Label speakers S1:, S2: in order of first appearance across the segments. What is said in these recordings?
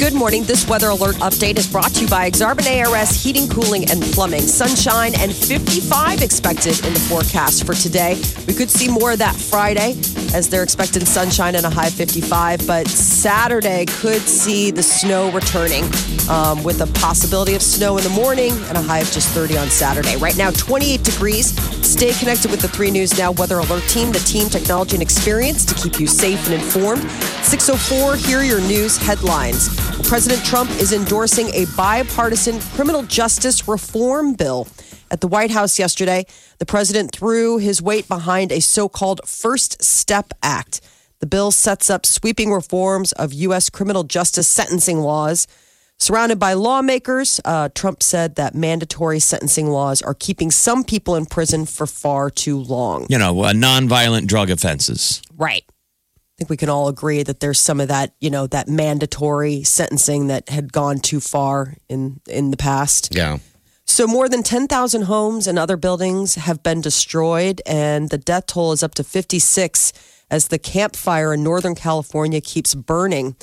S1: Good morning. This weather alert update is brought to you by Exarban ARS Heating, Cooling, and Plumbing. Sunshine and 55 expected in the forecast for today. We could see more of that Friday as they're expecting sunshine and a high 55, but Saturday could see the snow returning um, with a possibility of snow in the morning and a high of just 30 on Saturday. Right now, 28 degrees. Stay connected with the 3 News Now Weather Alert Team, the team, technology, and experience to keep you safe and informed. 604, here are your news headlines. President Trump is endorsing a bipartisan criminal justice reform bill. At the White House yesterday, the president threw his weight behind a so called First Step Act. The bill sets up sweeping reforms of U.S. criminal justice sentencing laws. Surrounded by lawmakers, uh, Trump said that mandatory sentencing laws are keeping some people in prison for far too long.
S2: you know, uh, nonviolent drug offenses.
S1: Right. I think we can all agree that there's some of that, you know, that mandatory sentencing that had gone too far in in the past.
S2: Yeah.
S1: So more than 10,000 homes and other buildings have been destroyed and the death toll is up to 56 as the campfire in Northern California keeps burning.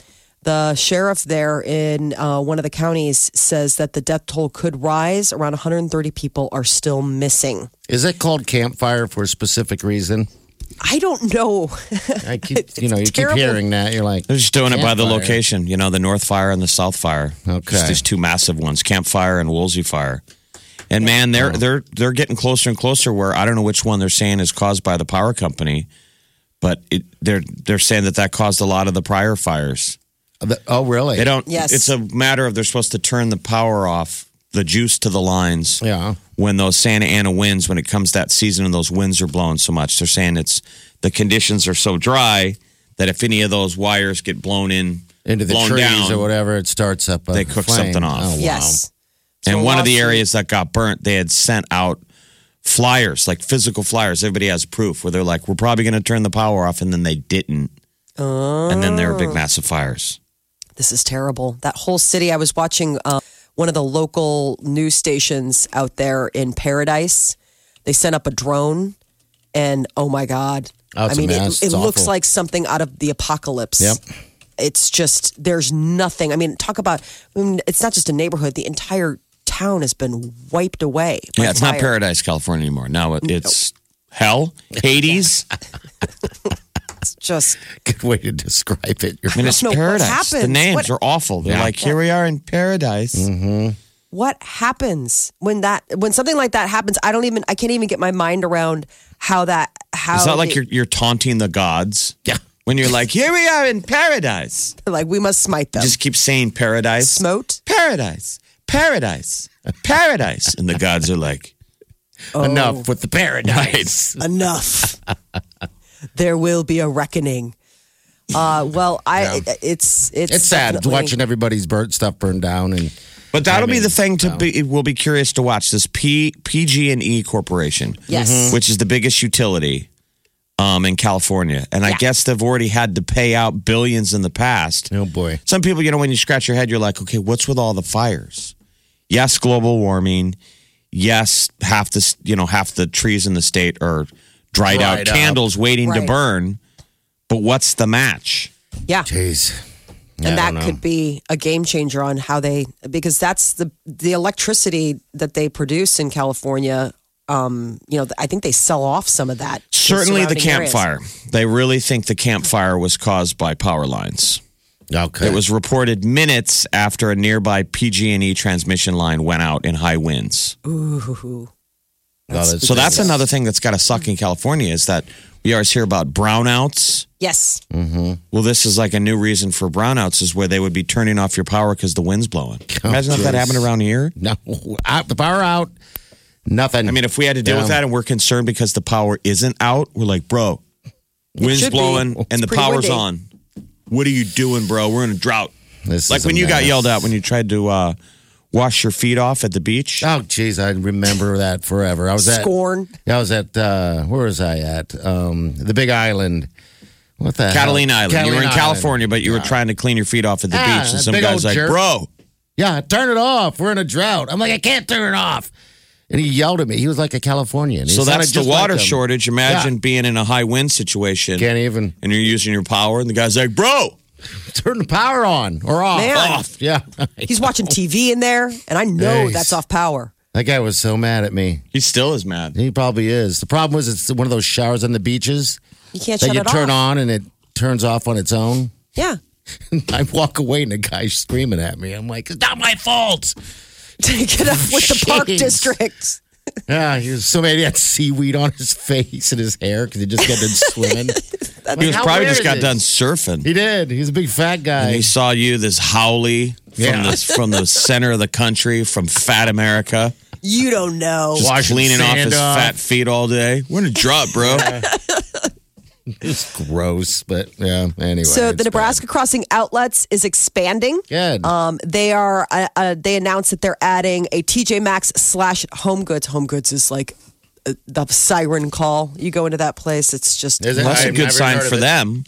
S1: The sheriff there in uh, one of the counties says that the death toll could rise. Around 130 people are still missing.
S3: Is it called campfire for a specific reason?
S1: I don't know.
S3: I keep, you know, you
S1: terrible.
S3: keep hearing that. You're like,
S2: They're just doing it by the
S3: Campfire.
S2: location, you know, the North Fire and the South Fire.
S3: Okay.
S2: Just these two massive ones, Campfire and Woolsey Fire. And man, they're they're they're getting closer and closer where I don't know which one they're saying is caused by the power company, but it, they're they're saying that that caused a lot of the prior fires.
S3: the- oh, really?
S2: They don't
S1: Yes.
S2: it's a matter of they're supposed to turn the power off, the juice to the lines.
S3: Yeah.
S2: when those Santa Ana winds, when it comes that season and those winds are blowing so much, they're saying it's the conditions are so dry that if any of those wires get blown in,
S3: Into the
S2: blown
S3: trees
S2: down,
S3: or whatever, it starts up. A
S2: They cook
S3: flame.
S2: something off.
S3: Oh, wow.
S1: Yes.
S2: and
S1: So
S2: one of the
S1: lawsuit-
S2: areas that got burnt, they had sent out flyers, like physical flyers. Everybody has proof where they're like, "We're probably going to turn the power off," and then they didn't, and then there are
S1: Oh.
S2: big massive fires.
S1: this is terrible. That whole city, I was watching uh, one of the local news stations out there in Paradise. They sent up a drone, and oh my God.
S3: Oh,
S1: I
S3: it's a
S1: mean,
S3: mess.
S1: it, it
S3: It's
S1: looks
S3: awful.
S1: like something out of the apocalypse.
S3: Yep.
S1: It's just, there's nothing. I mean, talk about, I mean, it's not just a neighborhood, the entire town has been wiped away. by
S2: yeah, it's not
S1: fire.
S2: paradise, California anymore. Now it, it's hell, Hades.
S1: It's just,
S3: Good way to describe it. You're
S2: I mean, it's
S1: No, what
S2: paradise. The
S1: happens?
S2: names
S1: What-
S2: are awful. They're like, here we are in paradise.
S1: what happens when that, when something like that happens? I don't even, I can't even get my mind around how that, how.
S2: It's not like
S1: they-
S2: you're you're taunting the gods.
S3: Yeah.
S2: When you're like, here we are in paradise.
S1: like we must smite them.
S2: Just keep saying paradise.
S1: Smote?
S2: Paradise. Paradise. Paradise. and the gods are like,
S3: enough with the paradise.
S1: enough. there will be a reckoning. Uh, well, I it's it's
S3: It's sad
S1: definitely-
S3: watching everybody's burnt stuff burn down and
S2: but that'll be the thing to be. We'll be curious to watch this P, PG&E Corporation, Mm-hmm.
S1: Yes. Mhm.
S2: which is the biggest utility um, in California, and I guess they've already had to pay out billions in the past.
S3: oh boy.
S2: Some people, you know, when you scratch your head, you're like, okay, what's with all the fires? Yes, global warming. Yes, half the you know half the trees in the state are dried, out,
S3: Dried up.
S2: candles waiting to
S1: Right.
S2: burn. But what's the match?
S1: Yeah,
S3: Jeez.
S1: and
S3: I
S1: that
S3: don't know.
S1: could be a game changer on how they because that's the the electricity that they produce in California. Um, you know, I think they sell off some of that. to
S2: Certainly the
S1: surrounding areas.
S2: campfire. They really think the campfire was caused by power lines.
S3: Okay.
S2: It was reported minutes after a nearby PG&E E transmission line went out in high winds.
S1: Ooh,
S3: Oh, that's-
S2: So that's another thing that's got to suck in California is that we always hear about brownouts.
S1: Yes.
S2: Well, this is like a new reason for brownouts is where they would be turning off your power because the wind's blowing.
S3: Oh,
S2: Imagine if that happened around here.
S3: No, out, the power out. Nothing.
S2: I mean, if we had to deal with
S3: Yeah.
S2: that and we're concerned because the power isn't out, we're like, bro, wind's
S1: should be.
S2: blowing and the
S1: pretty
S2: power's
S1: windy.
S2: on. What are you doing, bro? We're in a drought.
S3: This
S2: like
S3: is a
S2: when you got
S3: mess.
S2: yelled at when you tried to uh, wash your feet off at the beach.
S3: Oh, geez, I remember that forever. I was at
S1: Scorn.
S3: I was at uh, where was I at? Um, the Big Island. What the
S2: Catalina
S3: hell?
S2: Island. you were in
S3: Catalina
S2: California, but you were trying to clean your feet off at the
S3: Ah,
S2: beach, and
S3: that
S2: some
S3: big
S2: guy's
S3: old
S2: like,
S3: jerk.
S2: "Bro,
S3: Yeah, turn it off. We're in a drought. I'm like, I can't turn it off. And he yelled at me. He was like a Californian. He
S2: so
S3: sounded
S2: that's the
S3: just like
S2: water
S3: him.
S2: shortage. Imagine
S3: Yeah.
S2: being in a high wind situation,
S3: Can't even
S2: and you're using your power, and the guy's like, "Bro,
S3: turn the power on or off.
S1: Man.
S3: Off. Yeah.
S1: He's watching TV in there, and I know
S3: Jeez.
S1: that's off power.
S3: that guy was so mad at me.
S2: he still is mad."
S3: He probably is. The problem was it's one of those showers on the beaches
S1: You can't
S3: that
S1: shut
S3: you
S1: it
S3: turn
S1: off.
S3: on and it turns off on its own.
S1: Yeah.
S3: I walk away and the guy's screaming at me. I'm like, it's not my fault.
S1: Take it up with the park
S3: Jeez.
S1: district.
S3: Yeah, he was so mad. He had seaweed on his face and his hair because he just got done swimming.
S2: He was
S3: How
S2: probably
S3: weird
S2: just got
S3: is
S2: done
S3: this?
S2: surfing.
S3: He did. He's a big fat guy.
S2: He saw you, this howley from
S3: Yeah.
S2: the from the center of the country, from fat America,
S1: You don't know.
S2: just
S3: Washing
S2: cleaning off
S3: sand
S2: his
S3: off.
S2: fat feet all day. We're in a drop, bro.
S3: It's gross, but yeah. Anyway,
S1: So
S3: it's
S1: the Nebraska Crossing outlets is expanding.
S3: Good.
S1: Um, they are. Uh, uh, they announced that they're adding a TJ Maxx slash Home Goods. Home Goods is like uh, the siren call. You go into that place, it's just
S3: Is it?
S2: Well, that's
S3: I
S2: a
S3: have
S2: good
S3: never
S2: sign
S3: heard of
S2: for
S3: it.
S2: them.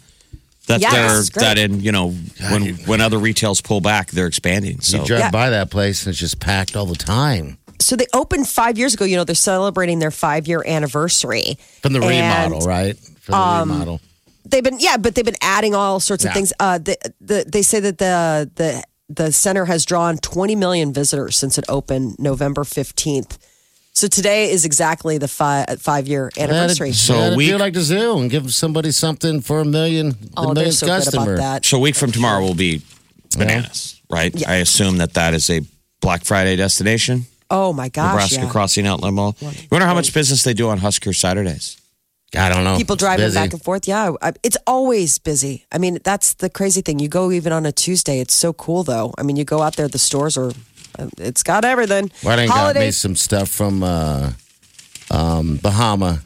S2: That
S1: Yes,
S2: they're
S1: great.
S2: that in you know when when other retails pull back, they're expanding. So
S3: You drive
S1: Yeah.
S3: by that place and it's just packed all the time
S1: so they opened five years ago. You know, they're celebrating their five year anniversary
S3: from the
S1: And- um,
S3: remodel, right? From the remodel.
S1: they've been yeah, but they've been adding all sorts of
S3: Yeah.
S1: things. Uh, the, the they say that the the the center has drawn 20 million visitors since it opened November 15th. So today is exactly the five five year anniversary.
S2: So
S3: Gotta
S2: we-
S3: do like the zoo and give somebody something for a million,
S1: oh, they're
S3: the millionth
S1: so
S3: customer.
S1: good about that.
S2: so a week from tomorrow will be bananas, right? I assume that that is a Black Friday destination,
S1: Oh my gosh,
S2: Nebraska
S1: yeah.
S2: Crossing Outlet Mall. You wonder how much business they do on Husker Saturdays.
S3: I don't know.
S1: People
S3: It's
S1: driving
S3: busy.
S1: back and forth. Yeah, I, it's always busy. I mean, that's the crazy thing. You go even on a Tuesday. It's so cool though. I mean, you go out there, the stores are. uh, It's got everything.
S3: Why didn't got me
S1: Holidays.
S3: some stuff from uh, um, Bahama?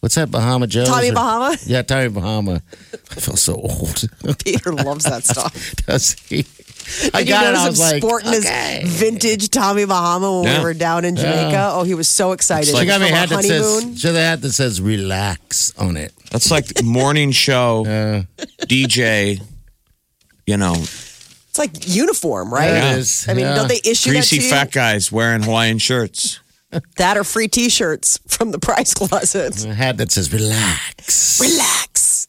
S3: What's that Bahama Joe's?
S1: Tommy
S3: Or-
S1: Bahama?
S3: Yeah, Tommy Bahama. I feel so old.
S1: Peter loves that stuff.
S3: Does he? I
S1: And
S3: got
S1: you
S3: it.
S1: notice
S3: I
S1: him
S3: was like,
S1: sporting
S3: okay.
S1: his vintage Tommy Bahama when
S2: Yeah.
S1: we were down in Jamaica. Oh, he was so excited.
S3: She got me a
S1: From our
S3: hat that
S1: honeymoon.
S3: says, she had a hat that says relax on it.
S2: That's like morning show DJ. You know,
S1: it's like uniform, right?
S3: There
S2: Yeah.
S3: it is.
S1: Oh, I mean,
S3: Yeah.
S1: don't they issue
S2: greasy
S1: that to you?
S2: fat guys wearing Hawaiian shirts.
S1: That or free T-shirts from the prize closet.
S3: a hat that says relax?
S1: relax.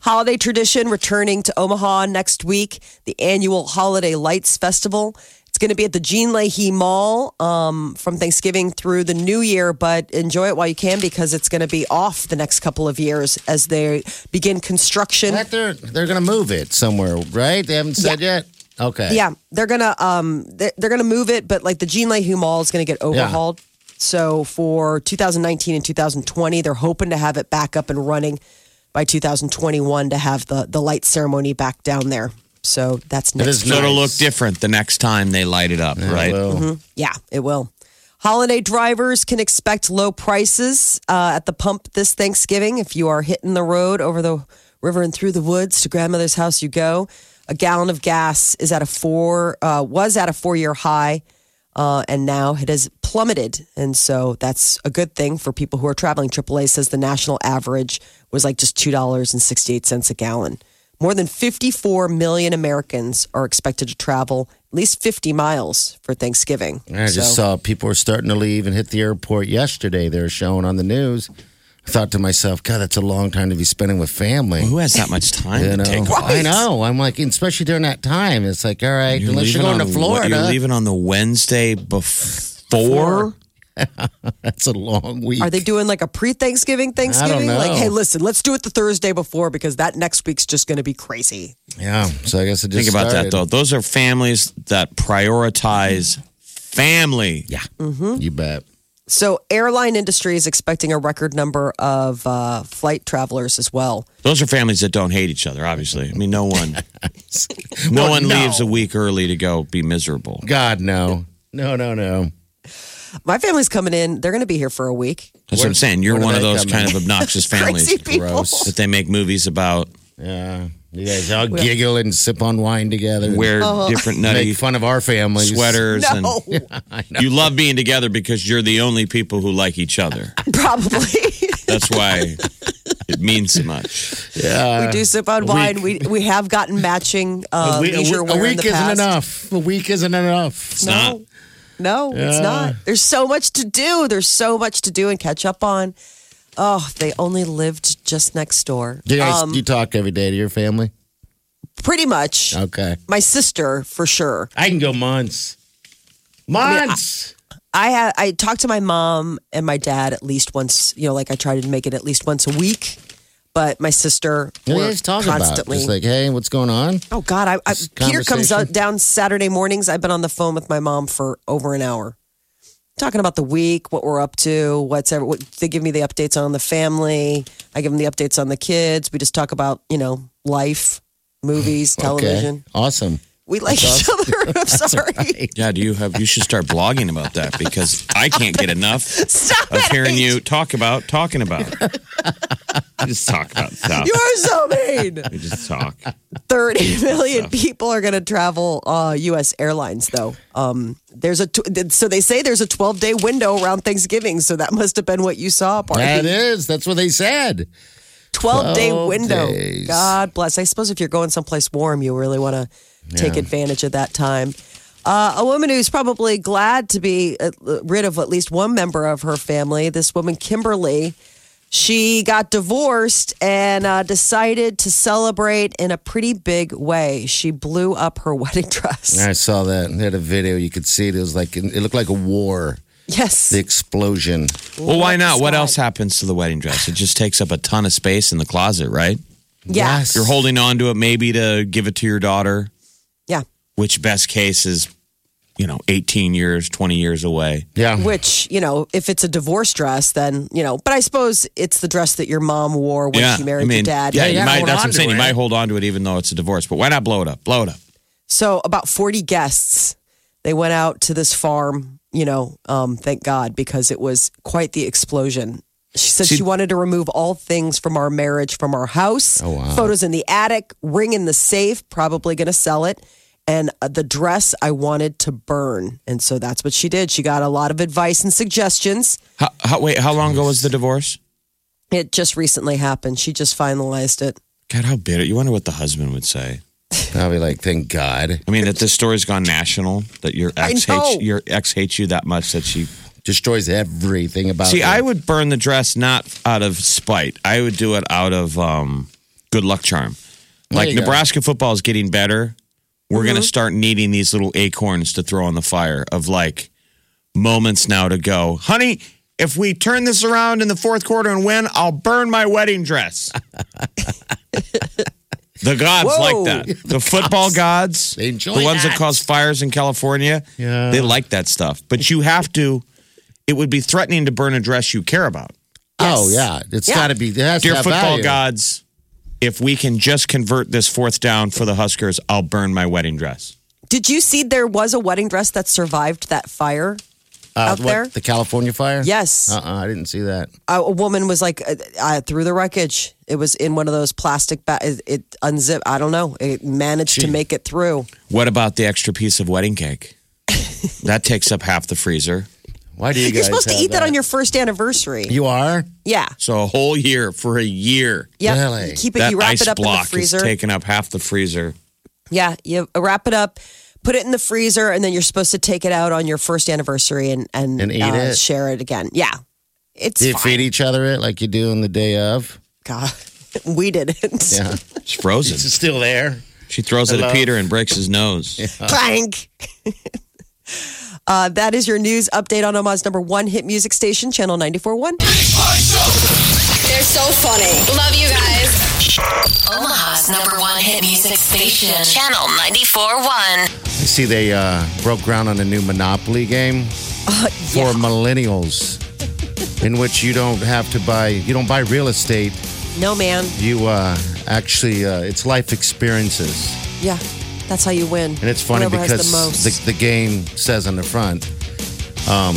S1: Holiday tradition returning to Omaha next week, the annual Holiday Lights Festival. It's going to be at the Jean Leahy Mall um, from Thanksgiving through the New Year, but enjoy it while you can because it's going to be off the next couple of years as they begin construction.
S3: Like they're they're gonna move it somewhere, right? They haven't said yet. Okay.
S1: Yeah, they're gonna um they're, they're gonna move it, but like the Jean Leahy Mall is gonna get overhauled. So for 2019 and 2020, they're hoping to have it back up and running by 2021 to have the the light ceremony back down there. So that's next.
S3: is
S2: So it'll look
S3: Nice.
S2: different the next time they light it up, right?
S3: Well,
S1: Yeah, it will. Holiday drivers can expect low prices uh, at the pump this Thanksgiving. If you are hitting the road over the river and through the woods to grandmother's house, you go. A gallon of gas is at a four uh, was at a four year high, uh, and now it has plummeted. And so that's a good thing for people who are traveling. AAA says the national average was like just two dollars and sixty eight cents a gallon. More than 54 million Americans are expected to travel at least 50 miles for Thanksgiving.
S3: I just saw people were starting to leave and hit the airport yesterday. They were showing on the news. I thought to myself, God, that's a long time to be spending with family.
S2: Who has that much time
S3: You
S2: to
S3: know,
S2: take off?
S3: I know. I'm like, especially during that time, it's like, all right, unless
S2: leaving
S3: you're going to
S2: on-
S3: Florida,
S2: You're leaving on the Wednesday before.
S3: that's a long week.
S1: Are they doing like a pre-Thanksgiving Thanksgiving?
S3: know.
S1: Like, hey, listen, let's do it the Thursday before because that next week's just going to be crazy.
S3: yeah. So I guess it just
S2: Think about that
S3: started.
S2: though. Those are families that prioritize family.
S3: Yeah, you bet.
S1: So, airline industry is expecting a record number of uh, flight travelers as well.
S2: Those are families that don't hate each other, obviously. I mean, no one, no one
S3: no.
S2: leaves a week early to go be miserable.
S3: God, no. No, no, no.
S1: My family's coming in; they're going to be here for a week.
S2: That's what I'm saying. You're
S3: where do
S2: one of
S3: they
S2: those
S3: come
S2: kind
S3: in?
S2: of obnoxious families
S1: Crazy people.
S2: that they make movies about.
S3: Yeah. You guys all giggle and sip on wine together. and
S2: Wear different nutty
S3: Oh. make fun of our families.
S2: sweaters,
S1: No,
S2: and you love being together because you're the only people who like each other.
S1: probably.
S2: That's why it means so much.
S1: we do sip on wine. We we have gotten matching uh,
S3: a, we- a we-
S1: leisure
S3: a
S1: wear in
S3: week
S1: the
S3: isn't
S1: past.
S3: enough. A week isn't enough.
S2: It's not.
S1: No, no, it's not. There's so much to do. There's so much to do and catch up on. Oh, if they only lived just next door.
S3: Do you guys
S1: Um,
S3: you talk every day to your family?
S1: pretty much.
S3: Okay.
S1: My sister, for sure.
S3: I can go months. Months.
S1: I ha- I talk to my mom and my dad at least once. You know, like I try to make it at least once a week. But my sister,
S3: What do you
S1: we're
S3: guys talk
S1: constantly.
S3: about? Just like, hey, what's going on?
S1: oh God, I, I
S3: This
S1: Peter comes out
S3: conversation?
S1: down Saturday mornings. I've been on the phone with my mom for over an hour, talking about the week, what we're up to, what's ever. What, they give me the updates on the family. I give them the updates on the kids. We just talk about you know life, movies, television.
S3: Okay. Awesome.
S1: We like each other. I'm sorry.
S2: Yeah, do you have? You should start blogging about that because I can't get enough
S1: Stop
S2: of
S1: it.
S2: hearing you talk about talking about. it. Just talk about stuff.
S1: You are so mean.
S2: We just talk.
S1: 30 million people are going to travel uh, U.S. airlines, though. Um, there's a tw- so they say there's a 12 day window around Thanksgiving, so that must have been what you saw,
S3: That
S1: Barbie.
S3: is. That's what they said.
S1: 12 day
S3: 12
S1: window.
S3: days.
S1: God bless. I suppose if you're going someplace warm, you really want to take advantage of that time. Uh, a woman who's probably glad to be uh, rid of at least one member of her family. This woman, Kimberly, she got divorced and uh, decided to celebrate in a pretty big way. She blew up her wedding dress.
S3: I saw that. They had a video. You could see it. It was like it looked like a war.
S1: Yes.
S3: The explosion.
S2: Well, why not? What
S1: slide.
S2: else happens to the wedding dress? It just takes up a ton of space in the closet, right?
S1: Yeah.
S3: Yes.
S2: You're holding on to it maybe to give it to your daughter,
S1: Yeah.
S2: which best case is, you know, 18 years, 20 years away.
S3: Yeah.
S1: Which, you know, if it's a divorce dress, then, you know, but I suppose it's the dress that your mom wore when
S2: yeah,
S1: she married
S2: I mean,
S1: your dad.
S2: Yeah, you
S3: Yeah,
S2: might,
S3: hold
S2: that's what
S3: on
S2: I'm saying.
S3: to
S2: You
S3: it.
S2: might hold on to it even though it's a divorce, but why not blow it up? Blow it up.
S1: So about 40 guests, they went out to this farm, you know, um, thank God, because it was quite the explosion. She said she, wanted to remove all things from our marriage, from our house, photos in the attic, ring in the safe, probably going to sell it. And uh, the dress I wanted to burn. And so that's what she did. She got a lot of advice and suggestions.
S2: How, how, wait, how long ago was the divorce?
S1: It just recently happened. She just finalized it.
S2: God, how bitter. You wonder what the husband would say.
S3: I'll be like, thank God.
S2: I mean, that this story's gone national, that your ex,
S1: know.
S2: hates, your ex hates you that much that she
S3: Destroys everything about
S2: See,
S3: it.
S2: I would burn the dress not out of spite. I would do it out of um, good luck charm. Like
S3: you go. Mm-hmm.
S2: Nebraska football is getting better. We're going to start needing these little acorns to throw on the fire of like moments now to go, honey. If we turn this around in the fourth quarter and win, I'll burn my wedding dress. the gods
S1: Whoa.
S2: like that. The, football gods,
S3: They enjoy
S2: the ones that
S3: that.
S2: cause fires in California,
S3: Yeah.
S2: they like that stuff. But you have to it would be threatening to burn a dress you care about.
S3: Oh yeah. it's
S1: Yeah.
S3: gotta be it has to
S2: Dear
S3: have
S2: football
S3: value.
S2: gods, if we can just convert this fourth down for the Huskers, I'll burn my wedding dress.
S1: Did you see there was a wedding dress that survived that fire
S3: Uh,
S1: out
S3: what,
S1: there?
S3: The California fire?
S1: Yes.
S3: Uh uh I didn't see that.
S1: a, a woman was like uh, uh, through the wreckage. It was in one of those plastic bags. It, it unzipped. I don't know. It managed to make it through.
S2: What about the extra piece of wedding cake? that takes up half the freezer.
S3: Why do you guys
S1: You're supposed to
S3: have
S1: eat that on your first anniversary.
S3: You are?
S1: yeah.
S2: So a whole year for a year.
S1: Yep.
S3: Really?
S1: You keep it.
S2: That
S1: you wrap
S2: ice
S1: it up in the
S2: block
S1: freezer.
S2: is taking up half the freezer.
S1: yeah. You wrap it up, put it in the freezer, and then you're supposed to take it out on your first anniversary and and,
S3: And eat
S1: uh,
S3: it.
S1: share it again. Yeah. It's
S3: Do you
S1: fine.
S3: feed each other it like you do on the day of?
S1: God. We didn't.
S3: Yeah.
S2: It's frozen.
S3: It's still there.
S2: she throws it at
S3: Hello.
S2: Peter and breaks his nose.
S1: Clank. uh, that is your news update on Omaha's number one hit music station, Channel 94.1.
S4: They're so funny. Love you guys. Omaha's number one hit music station, Channel 94.1.
S3: You see, they uh, broke ground on a new Monopoly game. for millennials, in which you don't have to buy you don't buy real estate.
S1: No, man.
S3: You uh, actually uh, it's life experiences,
S1: Yeah, that's how you win.
S3: and it's funny
S1: Whoever has
S3: because
S1: the most.
S3: the, the, game says on the front, um,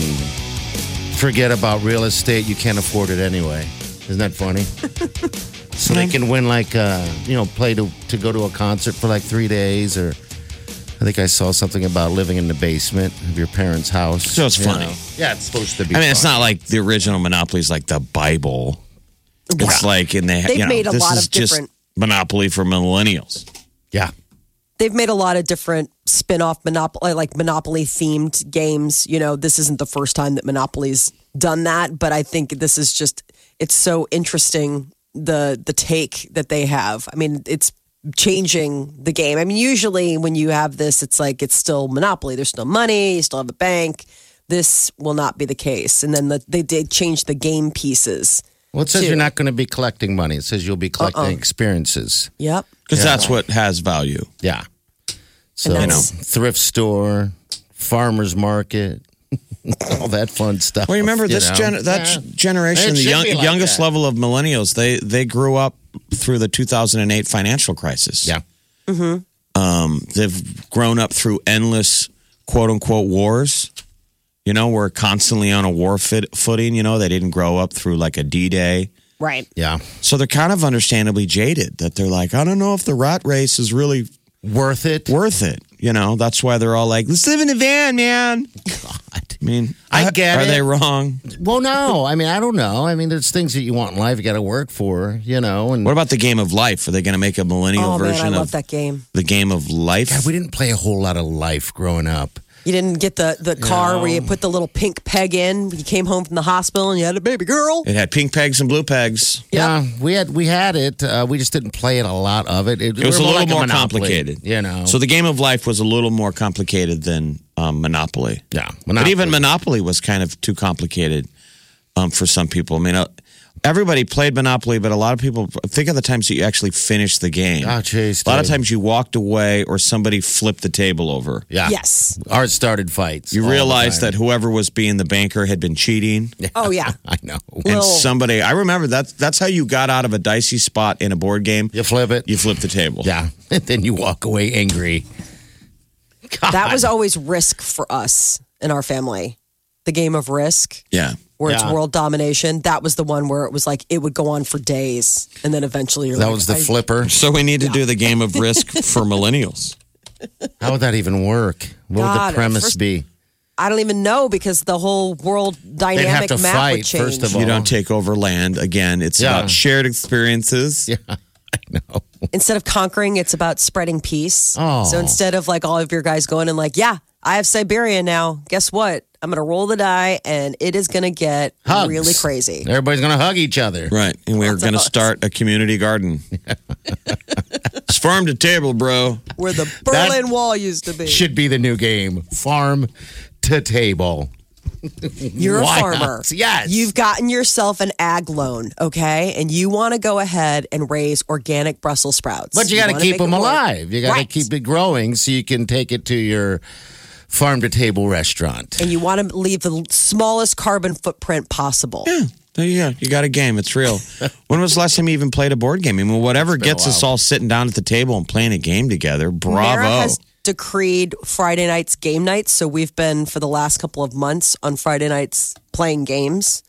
S3: forget about real estate. You can't afford it anyway. Isn't that funny? so they can win like uh, you know play to to go to a concert for like three days or. I think I saw something about living in the basement of your parents' house.
S2: So it's
S3: you
S2: funny.
S3: know. Yeah, it's supposed to be.
S2: I mean, it's
S3: fun.
S2: not like the original Monopoly is like the Bible. It's like in the
S1: They've
S2: you know,
S1: made a
S2: this
S1: lot
S2: is
S1: of
S2: just
S1: different-
S2: Monopoly for millennials.
S3: Yeah.
S1: They've made a lot of different spin-off Monopoly, like Monopoly themed games. You know, this isn't the first time that Monopoly's done that, but I think this is just it's so interesting the the take that they have. I mean, it's changing the game. I mean, usually when you have this, it's like it's still Monopoly. There's still money. You still have a bank. This will not be the case. And then the, they did change the game pieces.
S3: Well, it says
S1: Two.
S3: you you're not going to be collecting money. It says you'll be collecting experiences.
S1: Yep.
S2: Because that's what has value.
S3: Yeah. So,
S1: And that's-
S3: thrift store, farmer's market, all that fun stuff.
S2: Well, you remember
S3: you
S2: this
S3: know?
S2: gen- that
S3: Yeah.
S2: generation,
S3: It
S2: the
S3: should
S2: young,
S3: be like
S2: youngest
S3: that.
S2: level of millennials, they they grew up through the 2008 financial crisis.
S3: Yeah.
S2: they've grown up through endless quote unquote wars. You know, we're constantly on a war fit- footing. You know, they didn't grow up through like a D Day.
S1: Right.
S3: Yeah.
S2: So they're kind of understandably jaded that they're like, I don't know if the rat race is really
S3: Worth it.
S2: worth it. You know, that's why they're all like, let's live in a van, man. God. I mean,
S3: I
S2: are-
S3: get
S2: Are
S3: it.
S2: they wrong?
S3: Well, no. I mean, I don't know. I mean, there's things that you want in life you got to work for, you know. And
S2: What about the game of life? Are they going to make a millennial
S1: Oh man, I
S2: version
S1: love
S2: of
S1: that game.
S2: the game of life?
S3: God, we didn't play a whole lot of life growing up.
S1: You didn't get the, the car where you put the little pink peg in. You came home from the hospital and you had a baby girl.
S2: it had pink pegs and blue pegs.
S3: Yeah, we had we had it. Uh, we just didn't play it a lot of it.
S2: It was
S3: we
S2: a
S3: were
S2: little
S3: like
S2: more
S3: monopoly,
S2: complicated.
S3: you know.
S2: So the game of life was a little more complicated than um, Monopoly.
S3: yeah,
S2: But
S3: monopoly.
S2: even Monopoly was kind of too complicated um, for some people. I mean, uh, everybody played Monopoly, but a lot of people think of the times that you actually finished the game.
S3: Oh, jeez,
S2: a lot of
S3: dude.
S2: times you walked away or somebody flipped the table over.
S3: yeah,
S1: Yes.
S3: Ours started fights.
S2: You
S3: all the
S2: realized
S3: time.
S2: that whoever was being the banker had been cheating.
S1: Oh yeah.
S3: I know.
S2: And
S1: Little-
S2: somebody, I remember that. That's how you got out of a dicey spot in a board game.
S3: You flip it.
S2: You flipped the table.
S3: yeah. And then you walk away angry.
S1: That was always risk for us in our family. The game of risk
S2: Yeah.
S1: where it's
S3: Yeah.
S1: world domination. That was the one where it was like it would go on for days and then eventually you're
S3: That
S1: like,
S3: was the
S1: I-
S3: flipper.
S2: So we need to do the game of risk for millennials.
S3: How would that even work? What would
S1: God,
S3: the premise
S1: first-
S3: be?
S1: I don't even know because the whole world dynamic
S3: have to
S1: map would
S3: fight,
S1: change.
S3: first of all.
S2: You don't take over land. Again, it's
S3: Yeah.
S2: about shared experiences.
S1: instead of conquering, it's about spreading peace.
S3: Oh.
S1: So instead of like all of your guys going and like, yeah, I have Siberia now. Guess what? I'm gonna roll the die, and it is gonna get
S3: Hugs.
S1: really crazy.
S3: Everybody's going to hug each other.
S2: Right. And we are going to start a community garden. it's farm to table, bro.
S1: Where the Berlin Wall used to be.
S3: Should be the new game. Farm to table.
S1: You're a
S3: Why
S1: farmer.
S3: not? Yes.
S1: You've gotten yourself an ag loan, okay? And you want to go ahead and raise organic Brussels sprouts.
S3: But you got to
S1: wanna
S3: keep
S1: make
S3: them
S1: it work.
S3: alive. You got to
S1: Right.
S3: keep it growing so you can take it to your farm to table restaurant.
S1: And you want to leave the smallest carbon footprint possible.
S2: There you go. You got a game. It's real. when was the last time you even played a board game? I mean, whatever gets us all sitting down at the table and playing a game together, bravo.
S1: Mara has decreed Friday nights game nights, so we've been for the last couple of months on Friday nights playing games.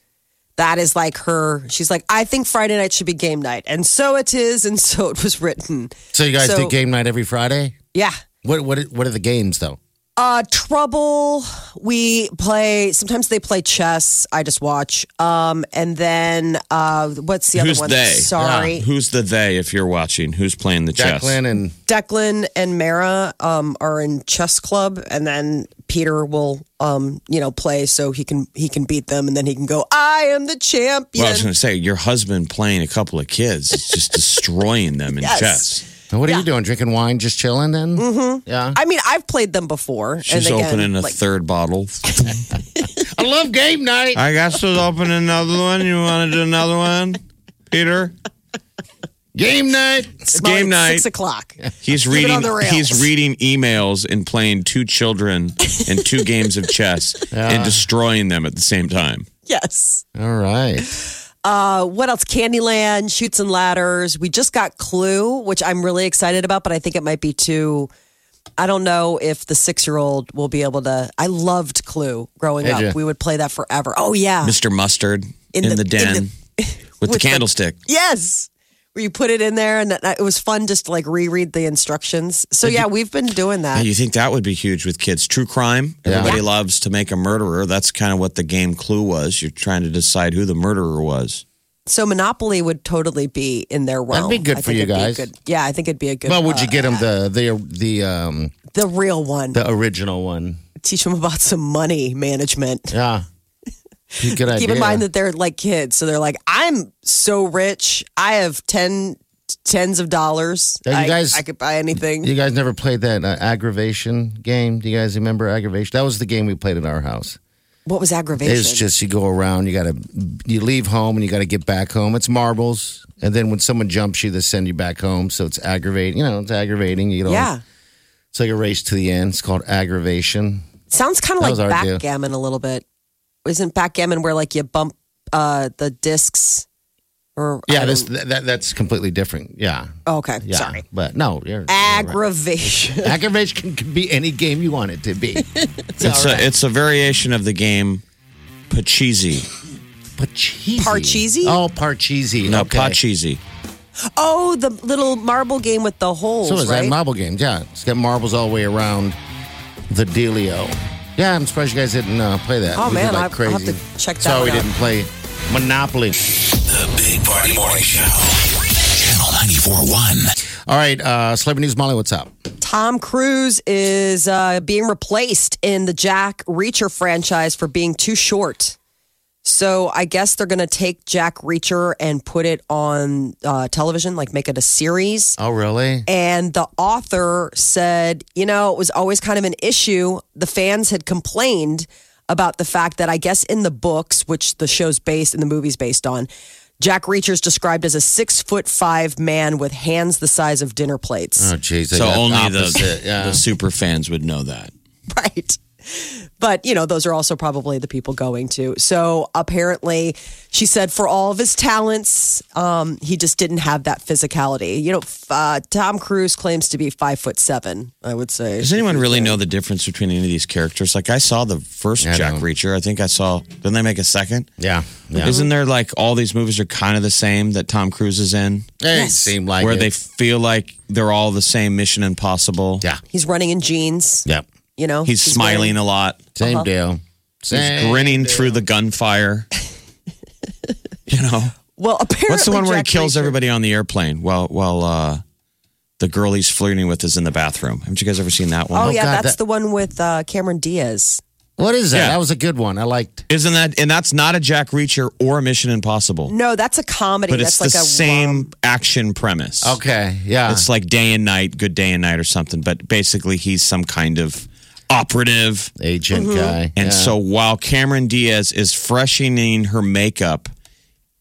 S1: That is like her. She's like, I think Friday night should be game night, and so it is, and so it was written.
S3: So you guys
S1: So-
S3: do game night every Friday?
S1: Yeah.
S3: What what what are the games though?
S1: Uh, trouble. We play. Sometimes they play chess. I just watch. Um, and then uh, what's the
S2: Who's
S1: other one?
S2: they?
S1: Sorry,
S2: Who's the they if you're watching? Who's playing the chess?
S3: Jacqueline and
S1: Declan and Mara um, are in chess club, and then Peter will, um, you know, play so he can he can beat them, and then he can go, "I am the champion."
S2: Well, I was going to say, your husband playing a couple of kids is just destroying them in
S1: Yes.
S2: chess.
S3: And what are you doing? Drinking wine, just chilling then? Mm-hmm. Yeah.
S1: I mean, I've played them before.
S2: She's
S1: and again,
S2: opening a
S1: like,
S2: third bottle.
S3: I love game night.
S2: I guess we'll open another one. You want to do another one, Peter?
S3: Game night.
S2: It's game night.
S1: Six o'clock.
S2: He's
S1: it
S2: reading.
S1: on the rails.
S2: He's reading emails and playing two children and two games of chess and destroying them at the same time.
S1: Yes.
S3: All right.
S1: Uh, what else? Candyland, Shoots and Ladders. We just got Clue, which I'm really excited about, but I think it might be too. I don't know if the six year old will be able to. I loved Clue growing
S3: Did
S1: up.
S3: ya?
S1: We would play that forever. Oh, yeah.
S2: Mr. Mustard in,
S1: In
S2: the,
S1: the-
S2: den
S1: in
S2: with the
S1: with the-
S2: candlestick.
S1: Yes. Where you put it in there, and that, it was fun just to like reread the instructions. So, yeah, we've been doing
S2: Yeah,
S1: that.
S2: you think that would be huge with kids? True crime. Everybody loves to make a murderer. That's kind of what the game Clue was. You're trying to decide who the murderer was.
S1: So, Monopoly would totally be in their realm.
S3: That'd be good
S1: I
S3: for
S1: think
S3: you
S1: it'd be a
S3: guys.
S1: good- yeah, I think it'd be a good
S3: Well, would you
S1: uh,
S3: get him the the the um
S1: the real one.
S3: the original one?
S1: Teach them about some money management.
S3: Yeah. Good idea.
S1: keep in mind that they're like kids so they're like i'm so rich i have 10 tens of dollars
S3: Now,
S1: I,
S3: you guys-
S1: I could buy anything
S3: You guys never played that uh, aggravation game? Do you guys remember aggravation? That was the game we played at our house.
S1: what was aggravation
S3: It's just you go around, you gotta you leave home and you gotta get back home. It's marbles, and then when someone jumps you, they send you back home. So it's aggravating. You know, it's aggravating. You know,
S1: yeah
S3: It's like a race to the end. It's called aggravation.
S1: sounds kind of like
S3: That was our deal.
S1: backgammon a little bit isn't backgammon where like you bump uh the discs or
S3: Yeah,
S1: I
S3: this
S1: don't-
S3: th- that that's completely different. Yeah,
S1: oh, okay
S3: yeah.
S1: Um, sorry Ah.
S3: but no, you're,
S1: aggravation
S3: aggravation can, can be any game you want it to be.
S2: It's a it's a variation of the game Pachisi.
S3: Parcheesi.
S1: Parcheesi?
S3: Oh, Parcheesi.
S2: No,
S3: okay.
S2: Pachisi.
S1: oh the little marble game with the holes
S3: So is
S1: right
S3: that marble games? Yeah, it's got marbles all the way around the dealio. Yeah, I'm surprised you guys didn't uh, play that.
S1: Oh,
S3: We did
S1: man,
S3: like
S1: I-
S3: crazy.
S1: I'll have to check that
S3: Sorry, we
S1: one out.
S3: didn't play Monopoly.
S5: The Big Party Morning Show. Channel 94.1.
S3: All right, uh, celebrity news, Molly. What's up?
S1: Tom Cruise is uh, being replaced in the Jack Reacher franchise for being too short. So I guess they're going to take Jack Reacher and put it on uh, television, like make it a series.
S3: Oh, really?
S1: And the author said, you know, it was always kind of an issue. The fans had complained about the fact that I guess in the books, which the show's based and the movie's based on, Jack Reacher's described as a six foot five man with hands the size of dinner plates.
S3: Oh, jeez. they
S2: So
S3: got
S2: only the,
S3: opposite, yeah.
S2: the super fans would know that.
S1: right? But, you know, those are also probably the people going to. So apparently, she said for all of his talents, um, he just didn't have that physicality. You know, f- uh, Tom Cruise claims to be five foot seven, I would say.
S2: Does anyone really know the difference between any of these characters? Like I saw the first
S3: Yeah, I
S2: Jack
S3: don't.
S2: Reacher. I think I saw. Didn't they make a second?
S3: yeah, yeah.
S2: Isn't there like all these movies are kind of the same that Tom Cruise is in,
S3: They seem like
S2: where
S3: it.
S2: they feel like they're all the same Mission Impossible.
S3: yeah,
S1: He's running in jeans,
S3: yeah.
S1: you know?
S2: he's, smiling a lot.
S3: Same
S1: Uh-huh.
S3: deal. Same.
S2: He's grinning through the gunfire. you know
S1: Well, apparently.
S2: what's the one where he
S1: Jack
S2: kills
S1: Reacher-
S2: everybody on the airplane? While while uh, the girl he's flirting with is in the bathroom. Haven't you guys ever seen that
S1: Oh,
S2: one?
S1: yeah,
S3: God,
S1: that's
S3: that-
S1: the one with uh, Cameron Diaz.
S3: What is that?
S2: Yeah.
S3: That was a good one. I liked.
S2: Isn't that and that's not a Jack Reacher or a Mission Impossible?
S1: No, that's a comedy.
S2: but it's
S1: that's
S2: the
S1: like a
S2: same
S1: rom-
S2: action premise.
S3: Okay, yeah.
S2: It's like day and night, good day and night or something. But basically, he's some kind of operative.
S3: Agent
S1: Mm-hmm.
S3: guy.
S2: And
S3: yeah.
S2: so while Cameron Diaz is freshening her makeup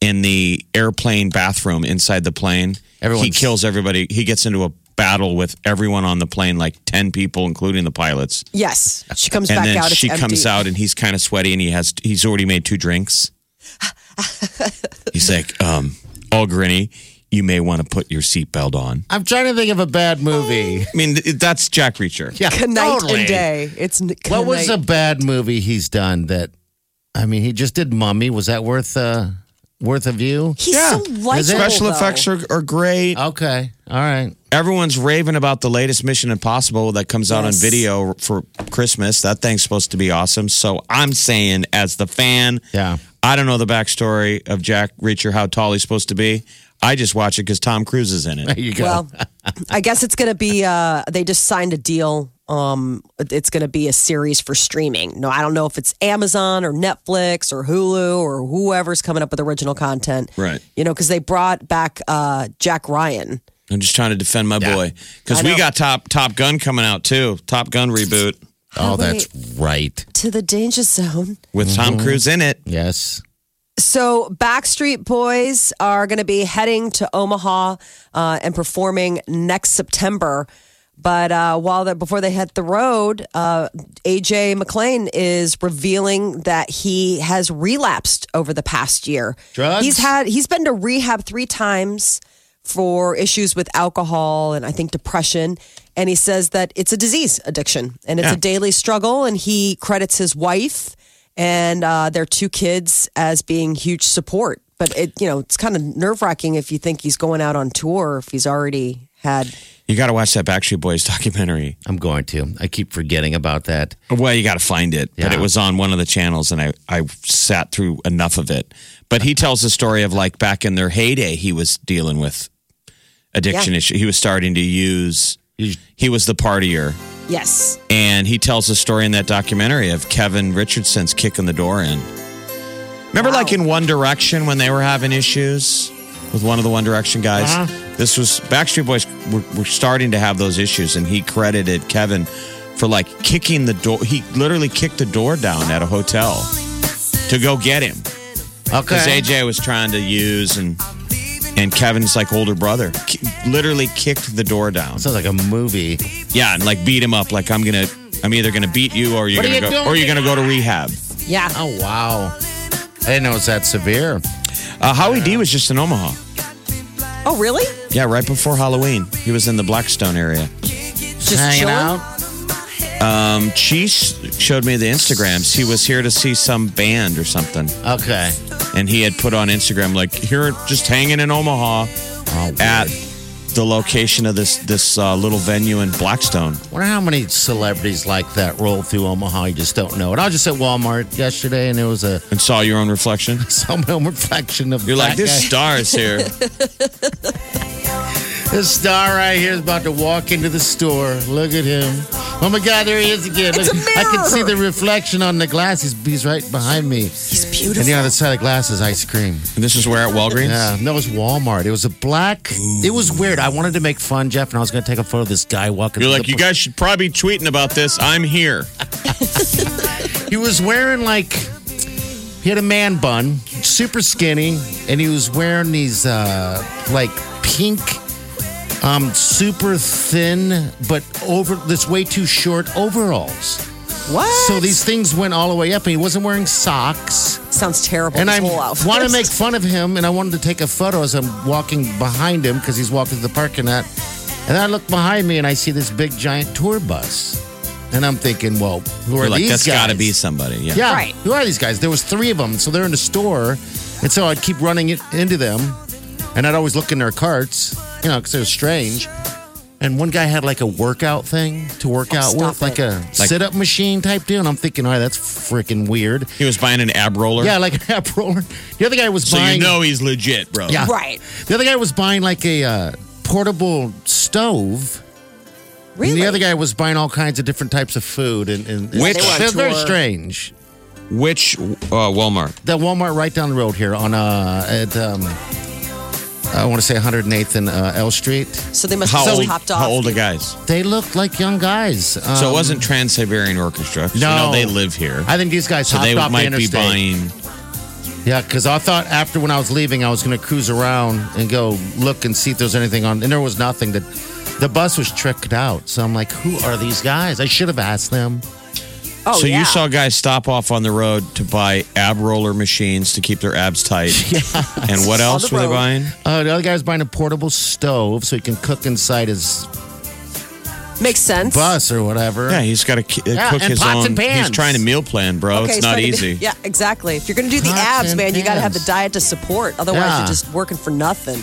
S2: in the airplane bathroom inside the plane, he
S3: Everyone's-
S2: kills everybody. He gets into a battle with everyone on the plane, like 10 people, including the pilots.
S1: Yes. She comes
S2: And
S1: back
S2: then
S1: out. it's
S2: she comes
S1: empty.
S2: out and he's kind of sweaty and he has he's already made two drinks. he's like, um, oh, Grinny, you may want to put your seatbelt on.
S3: I'm trying to think of a bad
S1: Oh.
S3: movie.
S2: I mean, th- that's Jack Reacher.
S3: Yeah,
S1: Good Night
S3: totally.
S1: and day. It's n-
S3: What was a
S1: night-
S3: bad movie he's done that? I mean, he just did Mummy. Was that worth uh, worth a view?
S1: He's so likable.
S3: Is it?
S2: Special
S1: though.
S2: effects are, are great.
S3: Okay, all right.
S2: Everyone's raving about the latest Mission Impossible that comes out
S1: Yes.
S2: on video for Christmas. That thing's supposed to be awesome. So I'm saying, as the fan,
S3: Yeah.
S2: I don't know the backstory of Jack Reacher, how tall he's supposed to be. I just watch it because Tom Cruise is in
S3: There
S2: it.
S3: you go.
S1: Well, I guess it's going to be. Uh, they just signed a deal. Um, it's going to be a series for streaming. No, I don't know if it's Amazon or Netflix or Hulu or whoever's coming up with original content.
S2: Right.
S1: You know, because they brought back uh, Jack Ryan.
S2: I'm just trying to defend my boy because
S1: I
S2: we
S1: know.
S2: got Top Top Gun coming out too. Top Gun reboot
S3: oh, that's right.
S1: To the danger zone.
S2: with Tom Cruise in it.
S3: Yes.
S1: So, Backstreet Boys are going to be heading to Omaha uh, and performing next September. But uh, while they're, before they hit the road, uh, AJ McLean is revealing that he has relapsed over the past year.
S3: Drugs?
S1: He's had he's been to rehab three times for issues with alcohol and I think depression. And he says that it's a disease addiction and it's a daily struggle. And he credits his wife and uh, their two kids as being huge support. But it, you know, it's kind of nerve wracking if you think he's going out on tour if he's already had.
S2: You got to watch that Backstreet Boys documentary.
S3: I'm going to. I keep forgetting about that.
S2: Well, you got to find it, but
S3: Yeah.
S2: it was on one of the channels, and I I sat through enough of it. But he tells the story of like back in their heyday, he was dealing with addiction
S1: Yeah.
S2: issue. He was starting to use. He was the partier,
S1: Yes.
S2: and he tells the story in that documentary of Kevin Richardson's kicking the door in. Remember, like in One Direction when they were having issues with one of the One Direction guys. This was Backstreet Boys were, were starting to have those issues, and he credited Kevin for like kicking the door. He literally kicked the door down at a hotel to go get him because
S3: Okay.
S2: AJ was trying to use and. And Kevin's like older brother, ki- literally kicked the door down.
S3: Sounds like a movie.
S2: Yeah, and like beat him up. Like I'm gonna, I'm either gonna beat you or you're
S3: What
S2: gonna
S3: are you
S2: go,
S3: doing?
S2: or you're gonna go to rehab.
S1: Yeah.
S3: Oh, wow. I didn't know it was that severe.
S2: Uh, Howie D was just in Omaha.
S1: Oh, really?
S2: Yeah, right before Halloween, he was in the Blackstone area.
S1: Just chilling?
S2: Um, she sh- showed me the Instagrams. He was here to see some band or something,
S3: Okay.
S2: and he had put on Instagram like here, just hanging in Omaha at the location of this this uh, little venue in Blackstone.
S3: Wonder how many celebrities like that roll through Omaha. You just don't know. And I was just at Walmart yesterday, and it was a
S2: And saw your own reflection.
S3: some home reflection of
S2: You're like
S3: that
S2: this
S3: guy.
S2: star is here.
S3: This star right here is about to walk into the store. Look at him. Oh my God, there he is again.
S1: It's
S3: Look,
S1: a
S3: I can
S1: mirror.
S3: see the reflection on the glass. He's, he's right behind me.
S1: He's beautiful.
S3: And the other side of the glass is ice cream.
S2: And this is where at Walgreens.
S3: Yeah, no, it was Walmart. It was a black. It was weird. I wanted to make fun, Jeff, and I was going to take a photo of this guy walking.
S2: You're
S3: through
S2: like,
S3: the-
S2: you guys should probably be tweeting about this. I'm here.
S3: He was wearing like he had a man bun, super skinny, and he was wearing these uh like pink um super thin but over this way too short overalls.
S1: What?
S3: So these things went all the way up and he wasn't wearing socks.
S1: sounds terrible.
S3: And
S1: this
S3: I
S1: whole outfit.
S3: want to make fun of him, and I wanted to take a photo as I'm walking behind him because he's walking through the parking lot. And I look behind me and I see this big giant tour bus, and I'm thinking, well, who are
S2: You're like,
S3: these
S2: that's
S3: guys?
S2: got to be somebody. Yeah.
S3: Yeah,
S1: Right.
S3: who are these guys? There was three of them, so they're in the store, and so I'd keep running it, into them, and I'd always look in their carts, you know, because they're strange. And one guy had like a workout thing to work out
S1: Oh, stop
S3: with, like
S1: it.
S3: a sit-up machine type deal, and I'm thinking, all right, that's freaking weird.
S2: He was buying an ab roller.
S3: Yeah, like an app roller. The other guy was
S2: So
S3: buying.
S2: you know he's legit, bro.
S3: Yeah.
S1: Right.
S3: The other guy was buying like a uh, portable stove.
S1: Really?
S3: And the other guy was buying all kinds of different types of food. And, and, and
S2: Which-
S3: they're,
S1: They were on
S3: very
S1: tour.
S3: strange.
S2: Which uh, Walmart?
S3: That Walmart right down the road here on uh at um, I want to say 108th and uh, L Street.
S1: So they must
S2: How
S1: have
S2: old?
S1: just hopped off.
S2: How old are guys?
S3: They looked like young guys. Um,
S2: so it wasn't Trans Siberian Orchestra. 'cause you
S3: No.
S2: know they live here,
S3: I think these guys
S2: so
S3: hopped
S2: they
S3: off the
S2: might be
S3: interstate.
S2: buying.
S3: Yeah, because I thought after when I was leaving, I was going to cruise around and go look and see if there's anything on, and there was nothing. That the bus was tricked out, so I'm like, who are these guys? I should have asked them.
S1: Oh,
S2: so
S1: yeah.
S2: you saw guys stop off on the road to buy ab roller machines to keep their abs tight. And what
S1: On
S2: else
S1: the
S2: were they
S1: road.
S2: buying?
S3: Uh, the other guy was buying a portable stove so he can cook inside his
S1: Makes sense.
S3: bus or whatever.
S2: Yeah, he's got to ki-
S3: Yeah,
S2: cook
S3: and
S2: his
S3: pots
S2: own.
S3: and
S2: He's
S3: pans.
S2: trying to meal plan, bro.
S1: Okay,
S2: Oh, it's
S1: so
S2: not
S1: I can-
S2: easy.
S1: yeah, exactly. If you're going to do the
S3: Pots
S1: abs,
S3: and
S1: man, you got to have the
S3: pans.
S1: diet to support. Otherwise,
S3: Yeah.
S1: you're just working for nothing.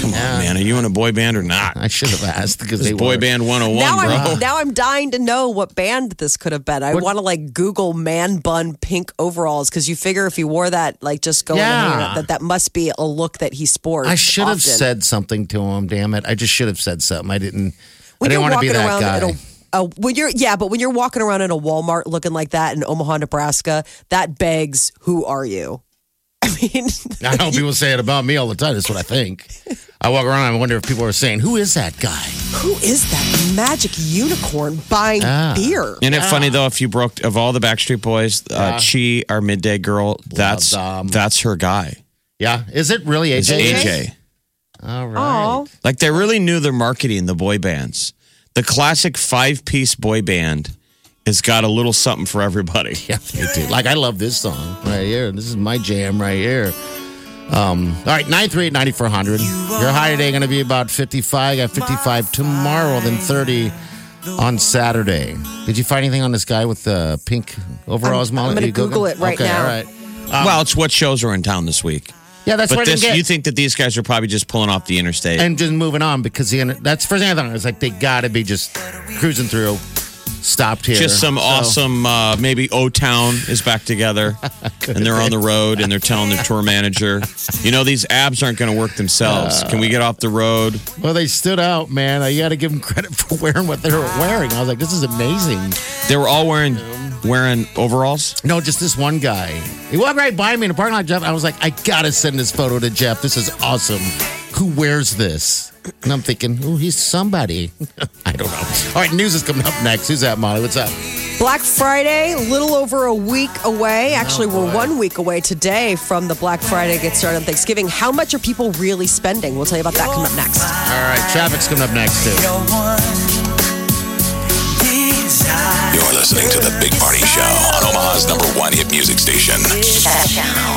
S2: Come on, man. Are you in a boy band or not?
S3: I should have asked because
S2: This
S3: they
S2: is boy
S3: were.
S2: band 101,
S1: now
S2: bro.
S1: I'm now I'm dying to know what band this could have been. I want to like Google man bun pink overalls because you figure if he wore that, like just going
S3: Yeah.
S1: and hanging out, that that must be a look that he sports.
S3: I should have
S1: often.
S3: said something to him. Damn it! I just should have said something. I didn't.
S1: when
S3: I didn't
S1: you're
S3: want to be
S1: walking
S3: that
S1: around
S3: guy.
S1: in a uh, when you're yeah, but when you're walking around in a Walmart looking like that in Omaha, Nebraska, that begs who are you? I mean,
S3: I know people say it about me all the time. That's what I think. I walk around and I wonder if people are saying, "Who is that guy?"
S1: who is that magic unicorn buying beer?
S2: Isn't it
S3: Ah.
S2: funny though? If you broke of all the Backstreet Boys, uh, Chi, our midday girl, that's
S3: them.
S2: that's her guy.
S3: Yeah, is it really AJ?
S2: It's AJ.
S3: All right.
S1: Oh,
S2: Like they really knew their marketing. The boy bands, the classic five-piece boy band, has got a little something for everybody.
S3: Yeah, they do. Like I love this song right here. This is my jam right here. Um, all right, 938-9400. Your high today going to be about 55. Got 55 tomorrow, then 30 on Saturday. Did you find anything on this guy with the pink overalls,
S1: I'm-
S3: Molly?
S1: I'm gonna
S3: You
S1: Google it right
S3: okay,
S1: now.
S3: All right.
S2: well, it's what shows are in town this week.
S3: Yeah, Um, that's
S2: But
S3: what
S2: this,
S3: I didn't get.
S2: you think that these guys are probably just pulling off the interstate?
S3: and just moving on because the, that's the first thing I thought. I was like, they got to be just cruising through, stopped here.
S2: just some
S3: So-
S2: awesome uh, maybe o town is back together and they're on the road and they're telling their tour manager you know these abs aren't going to work themselves can we get off the road
S3: Well, they stood out, man. I got to give them credit for wearing what they were wearing. I was like, this is amazing.
S2: they were all wearing wearing overalls
S3: No, just this one guy. He walked right by me in the parking lot, Jeff. I was like, I gotta send this photo to Jeff. This is awesome. Who wears this? And I'm thinking, oh, he's somebody. I don't know. All right, news is coming up next. Who's that, Molly? What's up?
S1: Black Friday, a little over a week away. Actually, we're one week away today from the Black Friday get started on Thanksgiving. How much are people really spending? We'll tell you about that coming up next.
S3: All right, traffic's coming up next too.
S5: You're listening to The Big Party Show on Omaha's number one hit music station.
S4: Channel